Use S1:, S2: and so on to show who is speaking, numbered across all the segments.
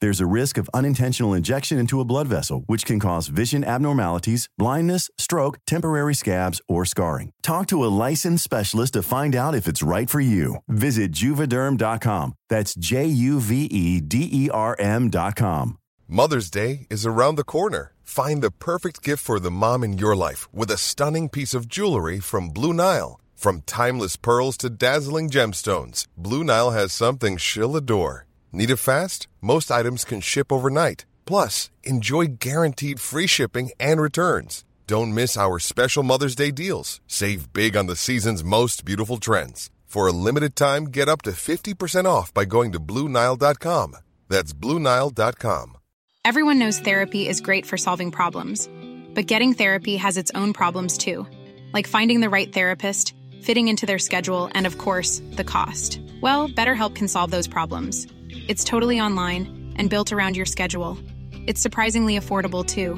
S1: There's a risk of unintentional injection into a blood vessel, which can cause vision abnormalities, blindness, stroke, temporary scabs, or scarring. Talk to a licensed specialist to find out if it's right for you. Visit juvederm.com. That's J U V E D E R M.com.
S2: Mother's Day is around the corner. Find the perfect gift for the mom in your life with a stunning piece of jewelry from Blue Nile. From timeless pearls to dazzling gemstones, Blue Nile has something she'll adore. Need it fast? Most items can ship overnight. Plus, enjoy guaranteed free shipping and returns. Don't miss our special Mother's Day deals. Save big on the season's most beautiful trends. For a limited time, get up to 50% off by going to BlueNile.com. That's BlueNile.com.
S3: Everyone knows therapy is great for solving problems, but getting therapy has its own problems too, like finding the right therapist, fitting into their schedule, and of course, the cost. Well, BetterHelp can solve those problems. It's totally online and built around your schedule. It's surprisingly affordable too.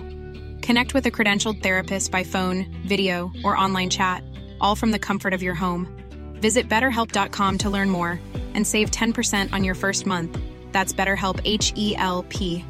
S3: Connect with a credentialed therapist by phone, video, or online chat, all from the comfort of your home. Visit betterhelp.com to learn more and save 10% on your first month. That's BetterHelp H E L P.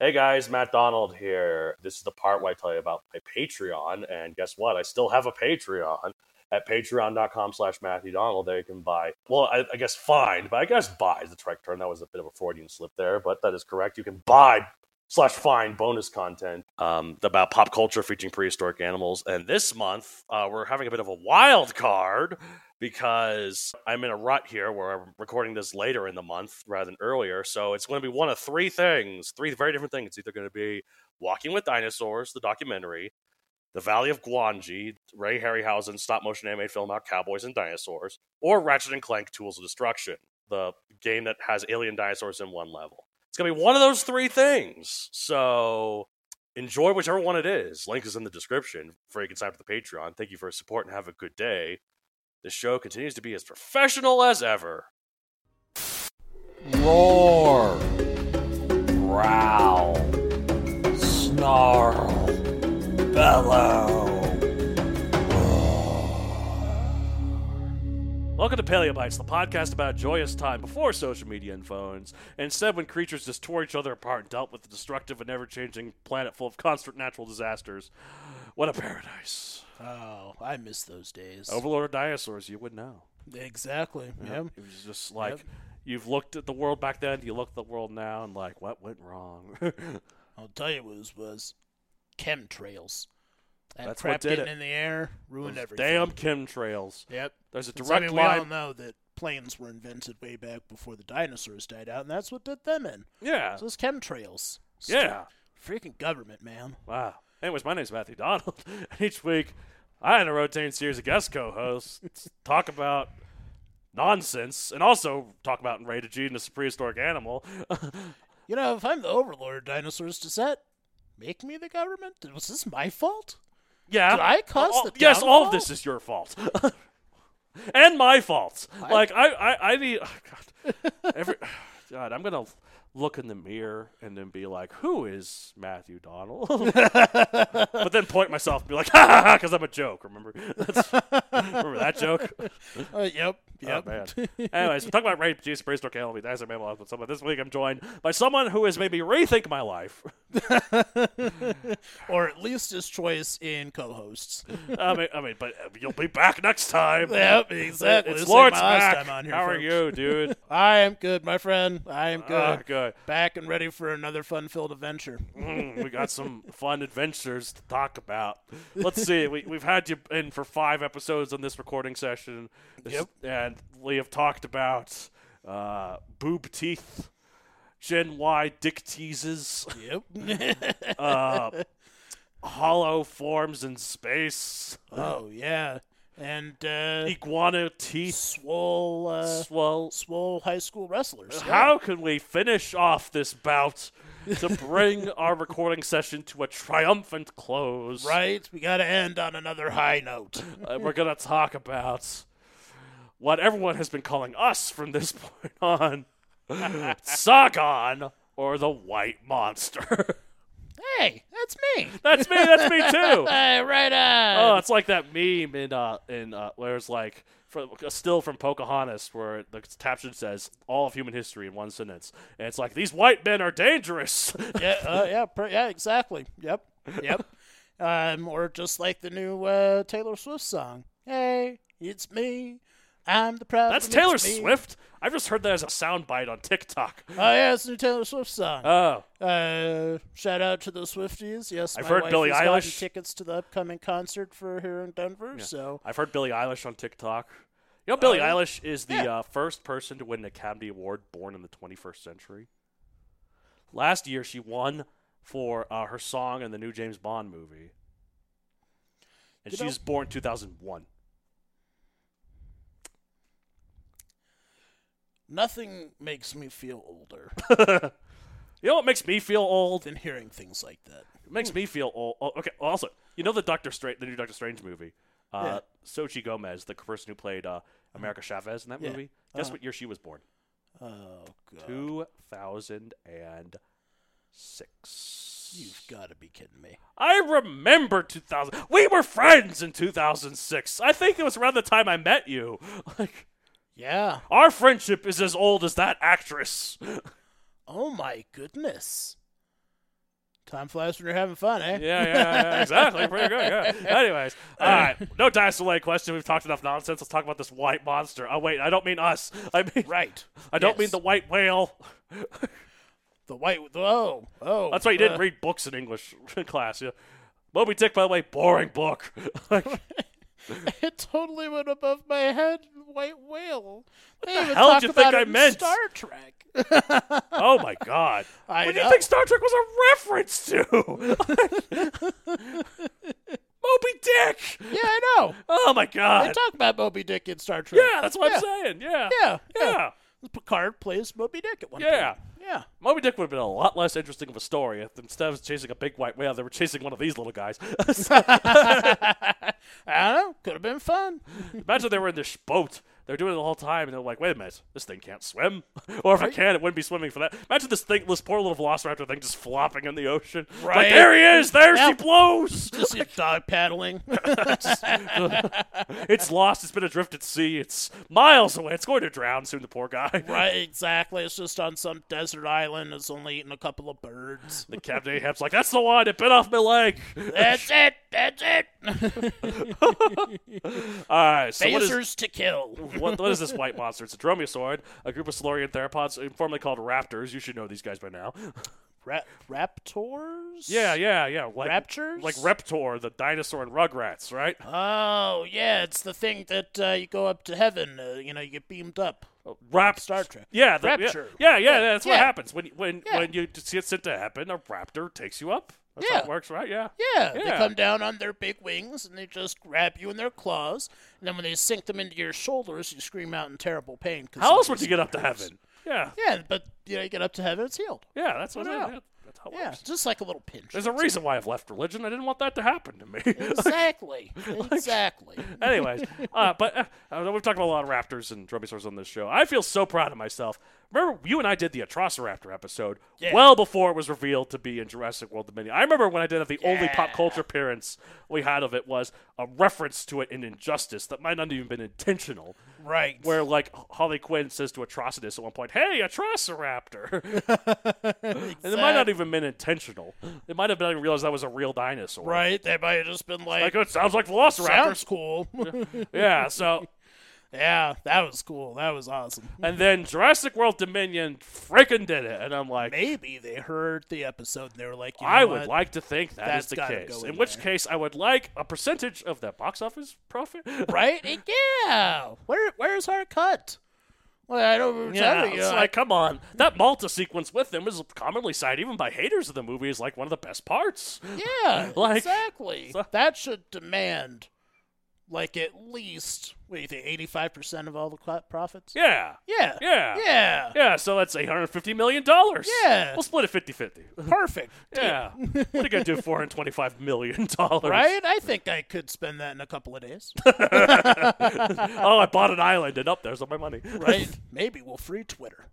S4: Hey guys, Matt Donald here. This is the part where I tell you about my Patreon, and guess what? I still have a Patreon at patreon.com slash Matthew Donald. There you can buy, well, I, I guess find, but I guess buy is the correct term. That was a bit of a Freudian slip there, but that is correct. You can buy slash find bonus content um, about pop culture featuring prehistoric animals. And this month, uh, we're having a bit of a wild card because I'm in a rut here where I'm recording this later in the month rather than earlier. So it's going to be one of three things, three very different things. It's either going to be Walking with Dinosaurs, the documentary, The Valley of Guanji, Ray Harryhausen stop motion animated film about cowboys and dinosaurs, or Ratchet and Clank Tools of Destruction, the game that has alien dinosaurs in one level. It's going to be one of those three things. So enjoy whichever one it is. Link is in the description for you can sign up for the Patreon. Thank you for your support and have a good day. The show continues to be as professional as ever.
S5: Roar. Growl. Snarl. Bellow.
S4: Welcome to Paleobites, the podcast about joyous time before social media and phones. Instead, when creatures just tore each other apart and dealt with the destructive and ever changing planet full of constant natural disasters. What a paradise.
S6: Oh, I miss those days.
S4: Overlord of dinosaurs, you would know.
S6: Exactly. Yep.
S4: It was just like
S6: Yep.
S4: you've looked at the world back then, you look at the world now, and like, what went wrong?
S6: I'll tell you what was was chemtrails. That
S4: That's what
S6: crap
S4: did
S6: getting
S4: it.
S6: in the air ruined everything.
S4: Damn chemtrails.
S6: Yep.
S4: There's a
S6: Because,
S4: direct
S6: I mean, We all
S4: line.
S6: know that planes were invented way back before the dinosaurs died out, and that's what did them in.
S4: Yeah.
S6: So it's chemtrails. Stu-
S4: Yeah.
S6: Freaking government, man.
S4: Wow. Anyways, my name's Matthew Donald, and each week I and a rotating series of guest co-hosts talk about nonsense and also talk about enraged genus prehistoric animal.
S6: You know, if I'm the overlord of dinosaurs to set, make me the government? Was this my fault?
S4: yeah,
S6: Did I cause
S4: All-
S6: the
S4: yes, all of
S6: downfall?
S4: this is your fault. And my fault.
S6: I-
S4: Like I, I, I need. Oh God. Every, God, I'm gonna look in the mirror and then be like, "Who is Matthew Donald?" but then point myself and be like, "Ha ha ha!" Because I'm a joke. Remember? That's, remember that joke?
S6: Uh, yep. Yep.
S4: Oh, man. Anyways, we're talking about rape, juice, prehistoric animal, that's a mammal, but someone this week I'm joined by someone who has made me rethink my life.
S6: or at least his choice in co-hosts.
S4: I mean, I mean, but you'll be back next time.
S6: Yep, exactly.
S4: It's
S6: This
S4: Lawrence
S6: ain't my last
S4: Mack.
S6: time on here,
S4: How are
S6: folks.
S4: you, dude?
S6: I am good, my friend. I am good.
S4: Ah, good.
S6: Back and ready for another fun-filled adventure.
S4: Mm, we got some fun adventures to talk about. Let's see. We, we've had you in for five episodes on this recording session. This-
S6: Yep.
S4: And we have talked about uh, boob teeth, Gen Y dick teases,
S6: Yep.
S4: uh, hollow forms in space,
S6: oh yeah, and uh,
S4: iguana teeth,
S6: swole, uh,
S4: swell.
S6: swole high school wrestlers. yeah.
S4: How can we finish off this bout to bring our recording session to a triumphant close?
S6: Right, we gotta end on another high note.
S4: Uh, we're going to talk about what everyone has been calling us from this point on Sargon or the White Monster.
S6: Hey, that's me.
S4: that's me, that's me too.
S6: Hey, right
S4: Oh,
S6: on.
S4: it's like that meme in uh in uh, where it's like from a still from Pocahontas where the caption says all of human history in one sentence, and it's like these white men are dangerous.
S6: yeah, uh, yeah, pr- yeah, exactly. Yep, yep. um, or just like the new uh, Taylor Swift song. Hey, it's me. I'm the proud.
S4: That's
S6: one,
S4: Taylor
S6: it's me.
S4: Swift. I've just heard that as a soundbite on TikTok.
S6: Oh yeah, it's the new Taylor Swift song.
S4: Oh,
S6: Uh, shout out to the Swifties. Yes,
S4: I've
S6: my
S4: heard
S6: wife
S4: Billie
S6: has gotten
S4: Eilish.
S6: tickets to the upcoming concert for here in Denver. So Oh,
S4: I've heard Billie Eilish on TikTok. You know, Billie Eilish is the
S6: yeah.
S4: uh, first person to win an Academy Award born in the 21st century. Last year, she won for uh, her song in the new James Bond movie. And
S6: You know-
S4: she's born 2001.
S6: nothing makes me feel older
S4: You know what makes me feel old?
S6: than hearing things like that.
S4: It makes me feel old. Oh, okay. Also, you know the Doctor Strange, the new Doctor Strange movie. Uh, Sochi Gomez, the person who played uh, America Chavez in that
S6: Yeah.
S4: movie. Guess
S6: Uh-huh.
S4: what year she was born?
S6: Oh god,
S4: 2006.
S6: you've got to be kidding me.
S4: I remember 2000. We were friends in 2006. I think it was around the time I met you. Like
S6: Yeah.
S4: our friendship is as old as that actress.
S6: Oh my goodness. Time flies when you're having fun, eh?
S4: Yeah, yeah, yeah, exactly. Pretty good. Yeah. Anyways, all right. No dice delay question. We've talked enough nonsense. Let's talk about this white monster. Oh wait, I don't mean us. I mean
S6: Right.
S4: I don't
S6: Yes.
S4: mean the white whale.
S6: the white. Oh, oh.
S4: That's why you
S6: uh,
S4: didn't read books in English class. Yeah. Moby Dick, by the way, boring book. Like,
S6: It totally went above my head. White whale. What they
S4: the
S6: even
S4: hell
S6: talk
S4: did you
S6: about
S4: think
S6: it
S4: I
S6: in
S4: meant?
S6: Star Trek.
S4: oh my god.
S6: I
S4: what do
S6: know.
S4: you think Star Trek was a reference to? Moby Dick.
S6: yeah, I know.
S4: Oh my
S6: They
S4: god.
S6: talk about Moby Dick in Star Trek.
S4: Yeah, that's what
S6: yeah.
S4: I'm saying. Yeah.
S6: Yeah,
S4: Yeah.
S6: yeah. Picard plays Moby Dick at one
S4: Yeah.
S6: point. Yeah.
S4: Moby Dick would have been a lot less interesting of a story if instead of chasing a big white whale, they were chasing one of these little guys.
S6: I don't know. Could have been fun.
S4: Imagine they were in this boat. They're doing it the whole time, and they're like, "Wait a minute, this thing can't swim." or if it can, it wouldn't be swimming for that. Imagine this thing, this poor little Velociraptor thing, just flopping in the ocean. Like
S6: Right.
S4: there he is. There she
S6: Yep.
S4: blows.
S6: Just like dog paddling.
S4: it's lost. It's been adrift at sea. It's miles away. It's going to drown soon. The poor guy.
S6: right, exactly. It's just on some desert island. It's only eating a couple of birds.
S4: The Captain Ahab's like, "That's the one. It bit off my leg."
S6: That's it. That's it.
S4: All right. So what is-
S6: Phasers to kill.
S4: what, what is this white monster? It's a dromaeosaurid, a group of Silurian theropods, uh, formerly called raptors. You should know these guys by now.
S6: Ra- raptors?
S4: Yeah, yeah, yeah. Like,
S6: Raptors?
S4: Like Reptor, the dinosaur in Rugrats, right?
S6: Oh, yeah. It's the thing that uh, you go up to heaven. Uh, you know, you get beamed up.
S4: Rap-
S6: Oh, Star Trek.
S4: Yeah, the,
S6: Rapture.
S4: Yeah, yeah, yeah, that's what
S6: Yeah.
S4: happens when when
S6: Yeah.
S4: when you just get sent to heaven. A raptor takes you up. That's how
S6: Yeah.
S4: it works, right? Yeah.
S6: Yeah, they
S4: Yeah.
S6: come down on their big wings and they just grab you in their claws. And then when they sink them into your shoulders, you scream out in terrible pain. 'cause
S4: How else
S6: something
S4: would you get up to
S6: hurts.
S4: heaven? Yeah,
S6: Yeah, but you know, you get up to heaven, it's healed.
S4: yeah, that's what.
S6: Wow.
S4: I, that's how it
S6: Yeah,
S4: works.
S6: just like a little pinch.
S4: There's a reason why I've left religion. I didn't want that to happen to me.
S6: Exactly. exactly.
S4: Anyways, uh, but uh, uh, we've talked about a lot of raptors and dromaeosaurs on this show. I feel so proud of myself. Remember, you and I did the Atrociraptor episode
S6: Yeah.
S4: well before it was revealed to be in Jurassic World Dominion. I remember when I did it, the only pop culture appearance we had of it was a reference to it in Injustice that might not even been intentional.
S6: Right.
S4: Where like Holly Quinn says to Atrocitus at one point, "Hey, Atrociraptor," and it might not even been intentional. It might have been I realized that was a real dinosaur.
S6: right? They might have just been
S4: Like
S6: like,
S4: it sounds like Velociraptor.
S6: sounds cool.
S4: yeah, so
S6: yeah, that was cool. That was awesome.
S4: And then Jurassic World Dominion freaking did it. And I'm like,
S6: Maybe they heard the episode and they were like, you know
S4: I would
S6: what?
S4: like to think that is
S6: That's
S4: the
S6: gotta
S4: case.
S6: go
S4: In
S6: in
S4: which
S6: there.
S4: case, I would like a percentage of that box office profit.
S6: Right? Yeah. Where where's our cut? Well, I know we were
S4: Yeah,
S6: telling you.
S4: it's like, come on. That Malta sequence with him is commonly cited, even by haters of the movie, as like one of the best parts.
S6: yeah,
S4: like-
S6: exactly.
S4: So-
S6: that should demand, like, at least, what do you think, 85% of all the cl- profits?
S4: Yeah.
S6: Yeah.
S4: Yeah.
S6: Yeah.
S4: Yeah, so that's $850 million. Yeah. We'll split it 50 50.
S6: Perfect.
S4: Yeah. what are you going to do $425 million?
S6: Right? I think I could spend that in a couple of days.
S4: oh, I bought an island and up there's all my money.
S6: Right? Maybe we'll free Twitter.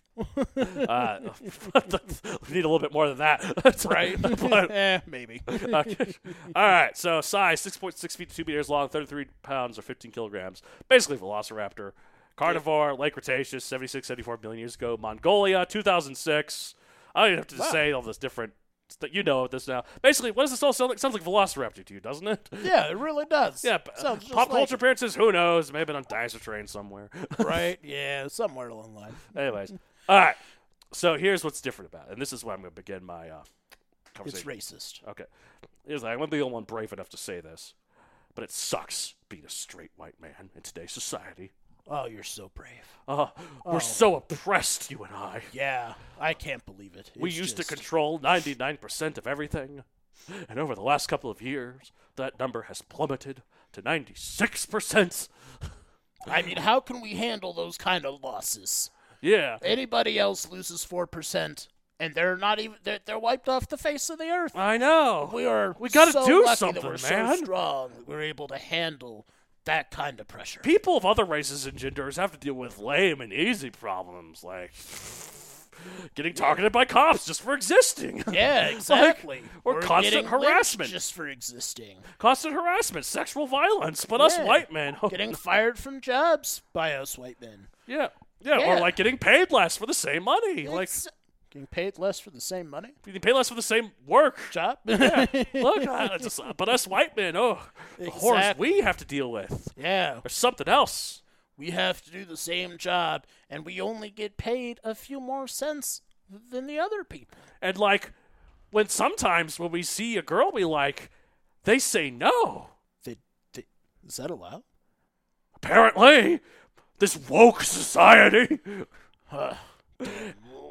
S4: Uh, we need a little bit more than that.
S6: Right?
S4: But-
S6: eh, maybe.
S4: Okay. All right. So size six point six feet two meters long, thirty three pounds or fifteen kilograms. Basically, Velociraptor, carnivore, Lake Cretaceous, 76, 74 million years ago, Mongolia, two thousand six. I don't even have to say all this different. St- you know this now. Basically, what does this all sound like? Sounds like Velociraptor to you, doesn't it?
S6: Yeah, it really does.
S4: Yeah. but, uh,
S6: Sounds just
S4: pop
S6: like
S4: culture appearances. Who knows? It may have been on Dinosaur Train somewhere.
S6: it, right? Yeah, somewhere along the line.
S4: Anyways, all right. So here's what's different about, it, and this is where I'm going to begin my uh, conversation.
S6: It's racist.
S4: Okay. Here's the thing, I'm the only one brave enough to say this, but it sucks being a straight white man in today's society.
S6: Oh, you're so brave.
S4: Uh,
S6: Oh.
S4: We're so oppressed, you and I.
S6: Yeah, I can't believe it.
S4: we
S6: It's
S4: used
S6: just-
S4: to control 99% of everything, and over the last couple of years, that number has plummeted to 96%.
S6: I mean, how can we handle those kind of losses?
S4: Yeah.
S6: Anybody else loses four percent, and they're not even they're, they're wiped off the face of the earth.
S4: I know.
S6: We are
S4: We gotta
S6: so
S4: do
S6: lucky
S4: something,
S6: that we're
S4: man.
S6: So strong, that we're able to handle that kind of pressure.
S4: people of other races and genders have to deal with lame and easy problems like getting targeted by cops just for existing.
S6: yeah, exactly.
S4: or
S6: We're
S4: constant
S6: getting lynched
S4: harassment.
S6: just for existing.
S4: Constant harassment, sexual violence, but us
S6: Yeah.
S4: white men.
S6: Getting fired from jobs by us white men.
S4: yeah. yeah.
S6: Yeah.
S4: Or like getting paid less for the same money. Like
S6: It's- getting paid less for the same money
S4: getting paid less for the same work.
S6: job.
S4: Look, I just, but us white men, oh, the horrors
S6: Exactly.
S4: we have to deal with.
S6: yeah,
S4: Or something else.
S6: we have to do the same job and we only get paid a few more cents than the other people.
S4: And like when sometimes when we see a girl we like, they say no.
S6: They, they, is that allowed?
S4: apparently this woke society uh,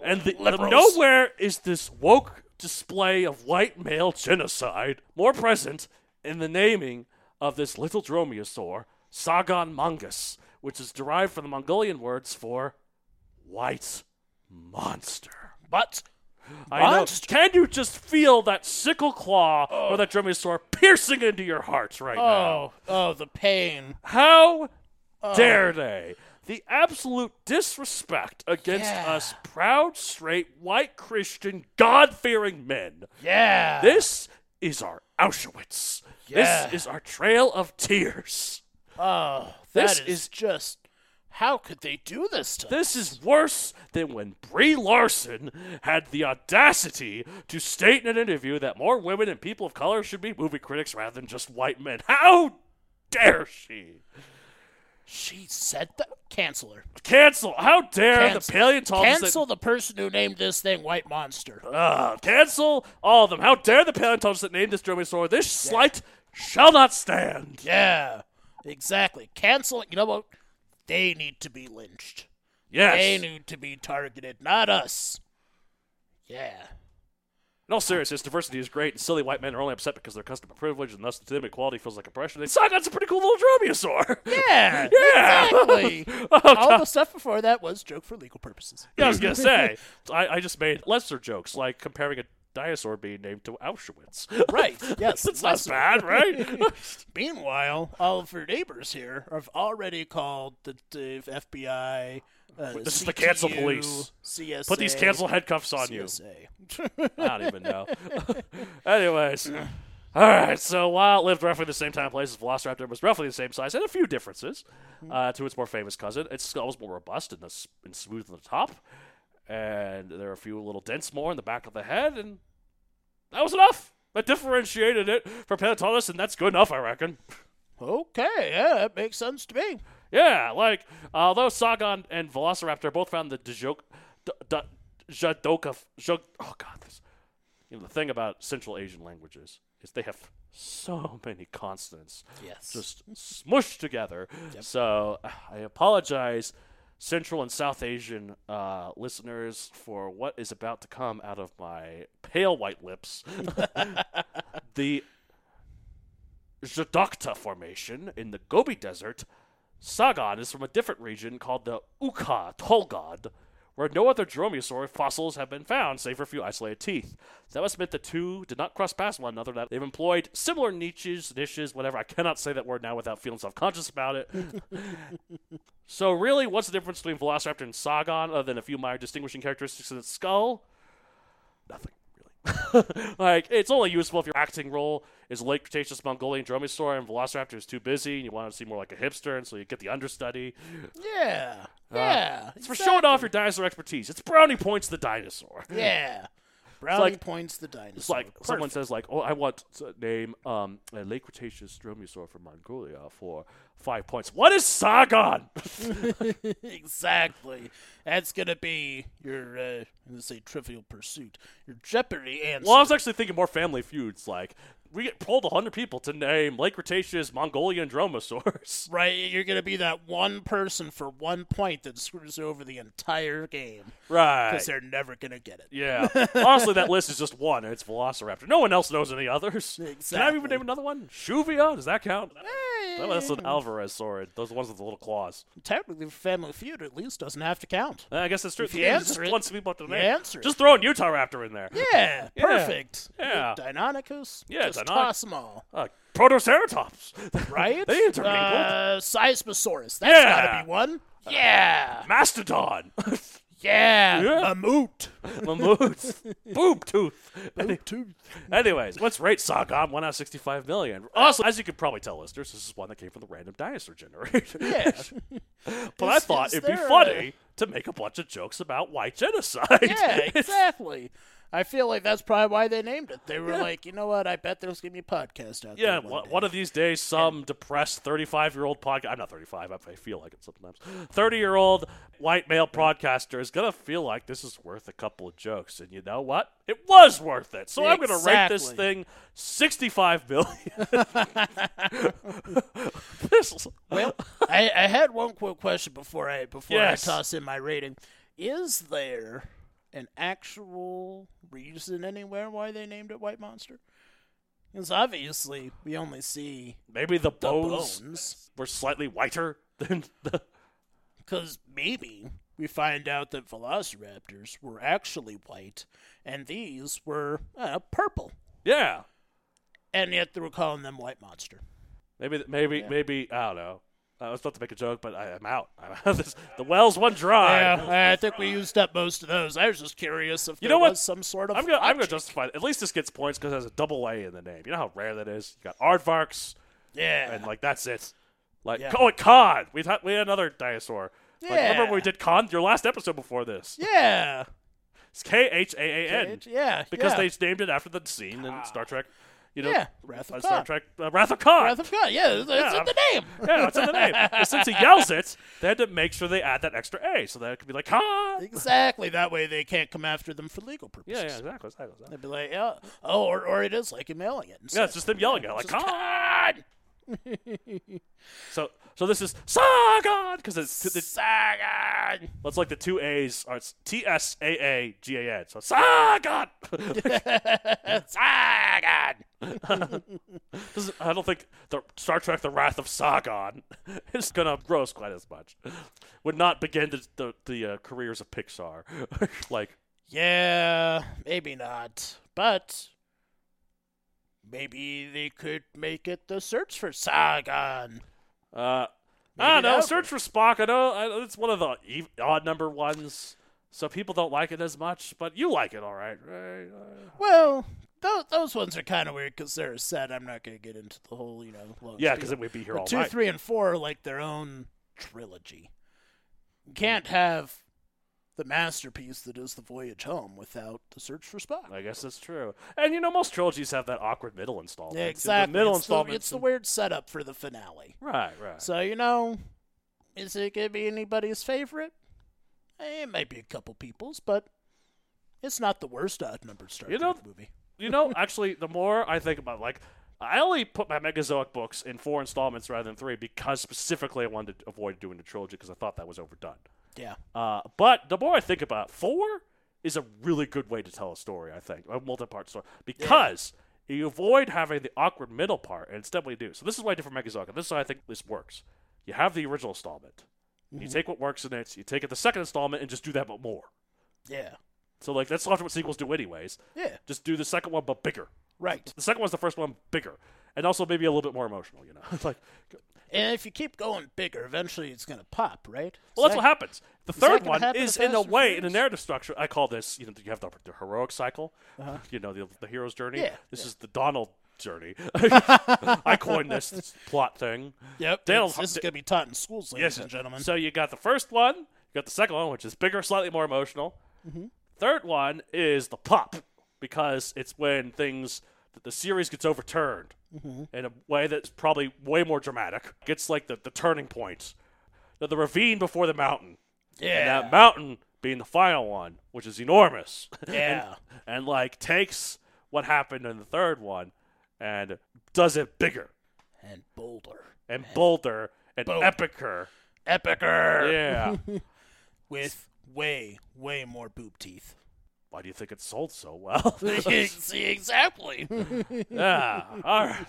S4: and the, the
S6: Liberals.
S4: nowhere is this woke display of white male genocide more present in the naming of this little dromaeosaur sagon mongus which is derived from the mongolian words for white monster
S6: But
S4: I know.
S6: Monster.
S4: Can you just feel that sickle claw or that dromaeosaur piercing into your heart right now?
S6: oh, oh, the pain.
S4: How dare they? The absolute disrespect against
S6: Yeah.
S4: us proud, straight, white Christian, God fearing men.
S6: Yeah.
S4: This is our Auschwitz.
S6: Uh. Yeah.
S4: This is our Trail of Tears.
S6: oh,
S4: this
S6: that is,
S4: is-
S6: just how could they do this to
S4: This is worse than when Brie Larson had the audacity to state in an interview that more women and people of color should be movie critics rather than just white men. How dare she?
S6: She said that. Cancel her.
S4: Cancel. How dare the
S6: Cancel.
S4: paleontologists that
S6: Cancel the person who named this thing White Monster.
S4: Uh, cancel all of them. How dare the paleontologists that named this dromaeosaur? This slight shall not stand.
S6: Yeah, exactly. Cancel. You know what? They need to be lynched. They
S4: Yes.
S6: need to be targeted, not us. Yeah.
S4: In all seriousness, diversity is great, and silly white men are only upset because they're accustomed to privilege, and thus to them equality feels like oppression. They Sagan's a pretty cool little dromaeosaur.
S6: Yeah.
S4: Yeah. Oh,
S6: Exactly. All the stuff before that was joke for legal purposes.
S4: yeah, I was gonna say. I, I just made lesser jokes, like comparing a dinosaur being named to Auschwitz.
S6: Right. Yes.
S4: That's not
S6: lesser.
S4: bad, right?
S6: Meanwhile, all of her neighbors here have already called the, the FBI. Uh,
S4: This is the cancel
S6: CTU,
S4: police.
S6: CSA.
S4: Put these cancel handcuffs on you.
S6: CSA.
S4: I don't even know. Anyways. All right, so while it lived roughly the same time and place as Velociraptor, it was roughly the same size and a few differences uh, to its more famous cousin. Its skull was more robust and, uh, s- and smooth on the top, and there were a few little dents more in the back of the head, and that was enough. That differentiated it for Pentatonus, and that's good enough, I reckon.
S6: Okay. Yeah, that makes sense to me.
S4: Yeah, like although Sagan and Velociraptor both found the Dijok, D- D- Jadoka, Jog, oh god, this, you know the thing about Central Asian languages is they have so many consonants
S6: Yes.
S4: just smushed together. So I apologize Central and South Asian uh, listeners for what is about to come out of my pale white lips. the Jadokta Formation in the Gobi Desert. Sagan is from a different region called the Uka Tolgod, where no other dromaeosaur fossils have been found save for a few isolated teeth. That must mean the two did not cross past one another, that they've employed similar niches, niches, whatever. I cannot say that word now without feeling self conscious about it. so, really, what's the difference between Velociraptor and Sagan other than a few minor distinguishing characteristics in its skull? Nothing, really. like it's only useful if your acting role is late Cretaceous Mongolian Dromaeosaur and Velociraptor is too busy and you want to seem more like a hipster, and so you get the understudy.
S6: Yeah. Yeah.
S4: Uh, It's for showing off your dinosaur expertise. It's brownie points the dinosaur.
S6: Yeah. Brownie
S4: like-
S6: points the dinosaur.
S4: It's like someone
S6: Perfect.
S4: says, like, oh, I want to name um, a late Cretaceous Dromaeosaur from Mongolia for five points. What is Sargon?
S6: exactly. That's gonna be your. Uh, I'm gonna say Trivial Pursuit. Your Jeopardy answer.
S4: well, I was actually thinking more Family Feuds. Like, we get polled 100 people to name late Cretaceous Mongolian Dromaeosaurs.
S6: Right, you're gonna be that one person for one point that screws over the entire game
S4: Right.
S6: because they're never gonna get it.
S4: Yeah. Honestly, that list is just one, and it's Velociraptor. No one else knows any others. Can I
S6: Exactly.
S4: even name another one? Shuvia? Does that count? That- That's
S6: Eh.
S4: an Alvarez sword. Those are the ones with the little claws.
S6: Technically, Family Feud at least doesn't have to count.
S4: Uh, I guess that's true.
S6: If
S4: The
S6: you
S4: game is
S6: answer
S4: just
S6: it,
S4: wants people to
S6: you
S4: name.
S6: answer it.
S4: Just throw in Utah Raptor in there.
S6: Yeah,
S4: Yeah.
S6: perfect.
S4: Yeah.
S6: Deinonychus.
S4: Yeah,
S6: just
S4: Deinonychus.
S6: toss them all.
S4: Uh, Protoceratops.
S6: Right?
S4: They intermingled.
S6: Uh, Seismosaurus. That's
S4: Yeah.
S6: gotta be one. Yeah.
S4: Mastodon.
S6: Yeah.
S4: Yeah.
S6: A moot.
S4: Mammoth. Boob tooth. Any- Anyways, let's rate Sargon 1 out of 65 million. Also, as you could probably tell, listeners, this is one that came from the random dinosaur generator.
S6: Yeah.
S4: But I
S6: Is-
S4: thought
S6: is
S4: it'd be
S6: there a-
S4: funny to make a bunch of jokes about white genocide.
S6: yeah,
S4: It's-
S6: exactly. I feel like that's probably why they named it. They were like, you know what? I bet there's gonna be a podcast out
S4: yeah,
S6: there.
S4: one,
S6: day.
S4: one of these days, some depressed 35 year old podcast. I'm not 35, I I feel like it sometimes. 30 year old white male broadcaster is going to feel like this is worth a couple of jokes. And you know what? It was worth it. So I'm going to rate this
S6: Exactly.
S4: thing 65 million. this is-
S6: well, I, I had one quick question before I before
S4: Yes.
S6: I toss in my rating. Is there an actual reason anywhere why they named it White Monster? Because obviously we only see
S4: maybe the
S6: the
S4: bones,
S6: bones.
S4: were slightly whiter than the.
S6: Because maybe we find out that Velociraptors were actually white, and these were uh, purple,
S4: Yeah.
S6: and yet they were calling them White Monster.
S4: Maybe, th- maybe, maybe. I don't know. I was about to make a joke, but I, I'm out. I'm out. This- the well's one dry.
S6: Yeah, I think we used up most of those. I was just curious if
S4: You
S6: there
S4: know what?
S6: was some sort of.
S4: I'm gonna, I'm gonna
S6: logic.
S4: justify it. At least this gets points because it has a double A in the name. You know how rare that is. You got aardvarks,
S6: yeah.
S4: and like that's it. Like
S6: Yeah.
S4: oh, and Khan. We had we had another dinosaur. Like, remember
S6: Yeah.
S4: when we did Khan? Your last episode before this.
S6: yeah.
S4: It's K H A A N.
S6: K H- yeah,
S4: Because
S6: yeah.
S4: they named it after the scene in Star Trek. You know,
S6: Yeah, Wrath of
S4: uh, Star
S6: Khan.
S4: Trek uh, Wrath of Khan.
S6: Wrath of God. Yeah, it's, it's
S4: Yeah.
S6: in the name.
S4: yeah, it's in the name. And since he yells it, they had to make sure they add that extra A, so that it could be like Khan.
S6: Exactly. That way they can't come after them for legal
S4: Yeah,
S6: purposes.
S4: yeah, exactly, exactly. exactly.
S6: They'd be like, yeah. oh, or, or it is like him mailing it.
S4: Yeah, it's just them yelling at it, like
S6: Just
S4: Khan.
S6: Khan!
S4: So, so this is Sargon because it's the
S6: Sagan!
S4: That's like the two A's are it's T S A A G A N. So Sagan.
S6: Sagan!
S4: This is- I don't think the Star Trek: The Wrath of Sargon is gonna gross quite as much. Would not begin the the, the uh, careers of Pixar. like
S6: Yeah, maybe not. But maybe they could make it the search for Sagan.
S4: uh, I don't
S6: Maybe
S4: know.
S6: that-
S4: Search for Spock. I know I, it's one of the ev- odd number ones, so people don't like it as much. But you like it, all right? right? Uh,
S6: Well, those, those ones are kind of weird because they're a set. I'm not going to get into the whole, you know. long
S4: yeah,
S6: spiel.
S4: because we'd be here
S6: But
S4: all
S6: two,
S4: night.
S6: three, and four are like their own trilogy.
S4: Mm-hmm.
S6: You can't have the masterpiece that is the voyage home without the search for Spock.
S4: I guess that's true. And you know, most trilogies have that awkward middle installment.
S6: yeah,
S4: It's in The
S6: exactly.
S4: middle
S6: it's, the,
S4: installment.
S6: it's the weird setup for the finale.
S4: Right, right.
S6: So you know, is it gonna be anybody's favorite? Eh, It might be a couple people's, but it's not the worst odd number Star
S4: You know-
S6: Trek movie.
S4: you know, actually, the more I think about, like, I only put my Megazoic books in four installments rather than three because specifically I wanted to avoid doing the trilogy because I thought that was overdone.
S6: Yeah.
S4: Uh, but the more I think about it, four is a really good way to tell a story, I think, a multi part story, because you avoid having the awkward middle part, and it's definitely do. So, this is why I did for Megazoga. This is how I think this works. You have the original installment, you take what works in it, you take it the second installment, and just do that but more.
S6: Yeah.
S4: So, like, that's often what sequels do, anyways.
S6: Yeah.
S4: Just do the second one but bigger.
S6: Right.
S4: The second one's the first one bigger, and also maybe a little bit more emotional, you know? It's like,
S6: And if you keep going bigger, eventually it's going to pop, right?
S4: Well, that's
S6: Is that-
S4: what happens. The
S6: that
S4: third
S6: gonna
S4: one
S6: happen
S4: is
S6: to
S4: in a
S6: Fast and
S4: way in a
S6: Furious?
S4: narrative structure. I call this, you know, you have the, the heroic cycle, you know, the, the hero's journey.
S6: Uh-huh. Yeah,
S4: this is the Donald journey. I coined this, this plot thing.
S6: Yep.
S4: Dale-
S6: it's- this is going to be taught in schools, ladies
S4: Yes,
S6: and gentlemen.
S4: So you got the first one, you got the second one, which is bigger, slightly more emotional.
S6: Mm-hmm.
S4: Third one is the pop because it's when things the- the series gets overturned
S6: Mm-hmm.
S4: in a way that's probably way more dramatic. Gets like the, the turning point, the, the ravine before the mountain. And
S6: yeah.
S4: that mountain being the final one, which is enormous.
S6: Yeah.
S4: and, and, like takes what happened in the third one and does it bigger
S6: and bolder.
S4: and bolder and
S6: Boom.
S4: epicer.
S6: Epicer.
S4: Yeah.
S6: With way, way more boob teeth.
S4: Why do you think it sold so well?
S6: See, exactly.
S4: yeah. All right.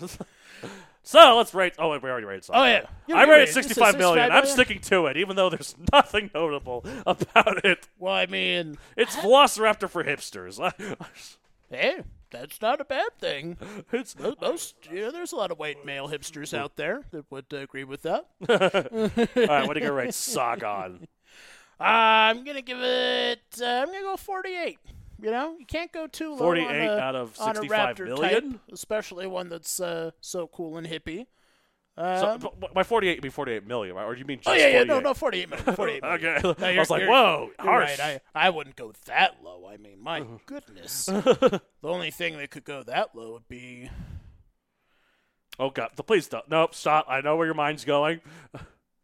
S4: So let's rate. Oh, wait, we already rated.
S6: Oh,
S4: Sonic.
S6: yeah. You
S4: I
S6: already
S4: rated
S6: rated- you said
S4: 65 million.
S6: 65
S4: I'm
S6: million?
S4: sticking to it, even though there's nothing notable about it.
S6: well, I mean,
S4: It's Velociraptor for hipsters.
S6: hey, that's not a bad thing.
S4: it's
S6: Mo- Most, yeah, there's a lot of white male hipsters out there that would uh, agree with that.
S4: all right. What do you gonna rate Sargon?
S6: I'm gonna give it. Uh, I'm gonna go 48. You know, you can't go too low.
S4: 48
S6: on a,
S4: out of
S6: on a
S4: 65
S6: raptor
S4: million?
S6: type, especially one that's uh, so cool and hippie. Um,
S4: So, b- b- by 48, you mean 48 million, right? Or do you mean just
S6: oh yeah, yeah,
S4: 48?
S6: no, no, 48 million, 48 million.
S4: Okay.
S6: No,
S4: I
S6: you're-
S4: was like,
S6: you're-
S4: whoa,
S6: you're
S4: harsh.
S6: Right. I, I wouldn't go that low. I mean, my goodness. the only thing that could go that low would be
S4: Oh, God. th- Please don't. Nope, stop. I know where your mind's going.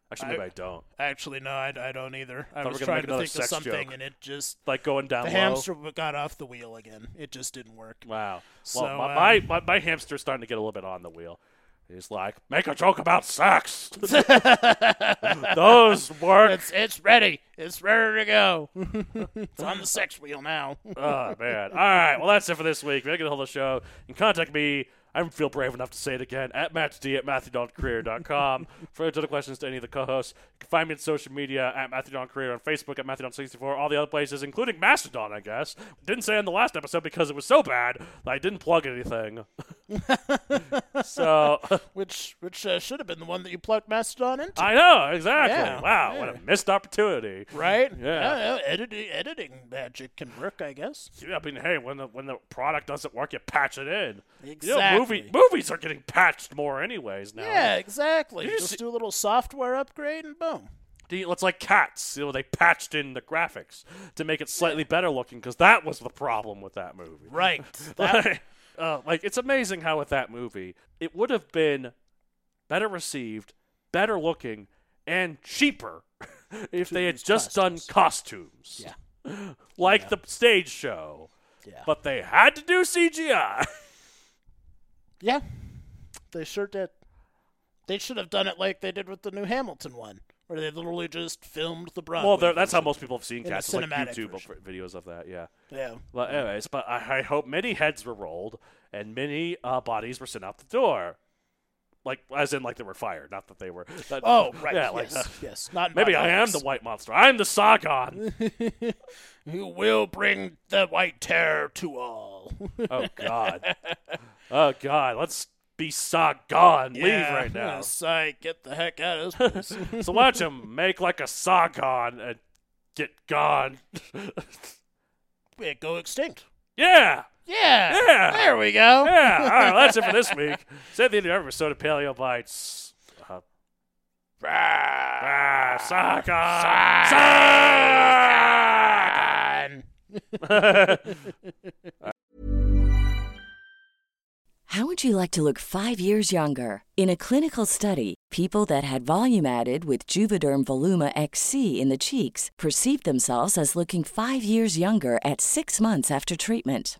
S4: Actually, maybe I,
S6: I-
S4: don't.
S6: actually no, I, I don't either. I
S4: Thought we
S6: was
S4: were gonna
S6: trying
S4: make
S6: to
S4: another
S6: think of
S4: sex
S6: something
S4: joke.
S6: and it just
S4: Like going down
S6: the
S4: low.
S6: hamster got off the wheel again. It just didn't work.
S4: Wow.
S6: So,
S4: well, my,
S6: um,
S4: my, my, my hamster's starting to get a little bit on the wheel. He's like, make a joke about sex. Those work.
S6: It's it's ready. It's ready to go. it's on the sex wheel now.
S4: oh, man. All right. Well, that's it for this week. If you want to get a hold of the show, you can contact me. I don't feel brave enough to say it again at matchd at matthewdoncareer.com. for any other questions to any of the co hosts, you can find me on social media at matthewdoncareer on Facebook at matthewdon64, all the other places, including Mastodon, I guess. Didn't say on the last episode because it was so bad that I didn't plug anything. so.
S6: Which which uh, should have been the one that you plugged Mastodon into,
S4: I know, exactly.
S6: Yeah,
S4: wow,
S6: yeah.
S4: what a missed opportunity.
S6: right?
S4: Yeah.
S6: editing editing magic can work, I guess.
S4: Yeah, I mean, hey, when the when the product doesn't work, you patch it in. You know, movie,
S6: Exactly.
S4: movies are getting patched more, anyways. Now,
S6: Yeah, exactly.
S4: You
S6: Just
S4: see-
S6: do a little software upgrade and boom.
S4: Do you- it's like cats. You know, they patched in the graphics to make it slightly better looking because that was the problem with that movie.
S6: Right.
S4: Like, uh, like it's amazing how with that movie it would have been better received, better looking, and cheaper if they had
S6: use
S4: just done costumes.
S6: Yeah.
S4: like the stage show.
S6: Yeah.
S4: But they had to do CGI.
S6: yeah. They sure did. They should have done it like they did with the new Hamilton one, where they literally just filmed the Broadway.
S4: well, there- that's how
S6: version.
S4: most people have seen
S6: In the
S4: cats. It's like
S6: cinematic
S4: YouTube
S6: version.
S4: up- videos of that. Yeah.
S6: Yeah.
S4: Well, anyways, but I, I hope many heads were rolled and many uh, bodies were sent out the door. Like, as in, like they were fired, not that they were. that-
S6: Oh, right.
S4: Yeah,
S6: yes.
S4: like uh,
S6: yes. Not in
S4: maybe
S6: my
S4: I am
S6: box.
S4: the white monster. I'm the Sargon.
S6: who will bring the white terror to all.
S4: oh God. Oh God. Let's be Sargon. Leave right now.
S6: Sigh, get the heck out of this place.
S4: so watch him make like a Sargon and get gone.
S6: yeah, go extinct.
S4: yeah.
S6: Yeah.
S4: Yeah.
S6: There we go.
S4: Yeah. All right. Well, that's it for this week. Say the end of every episode of Paleo Bites. Uh, ah, Sargon. Sargon.
S7: How would you like to look five years younger? In a clinical study, people that had volume added with Juvederm Voluma XC in the cheeks perceived themselves as looking five years younger at six months after treatment.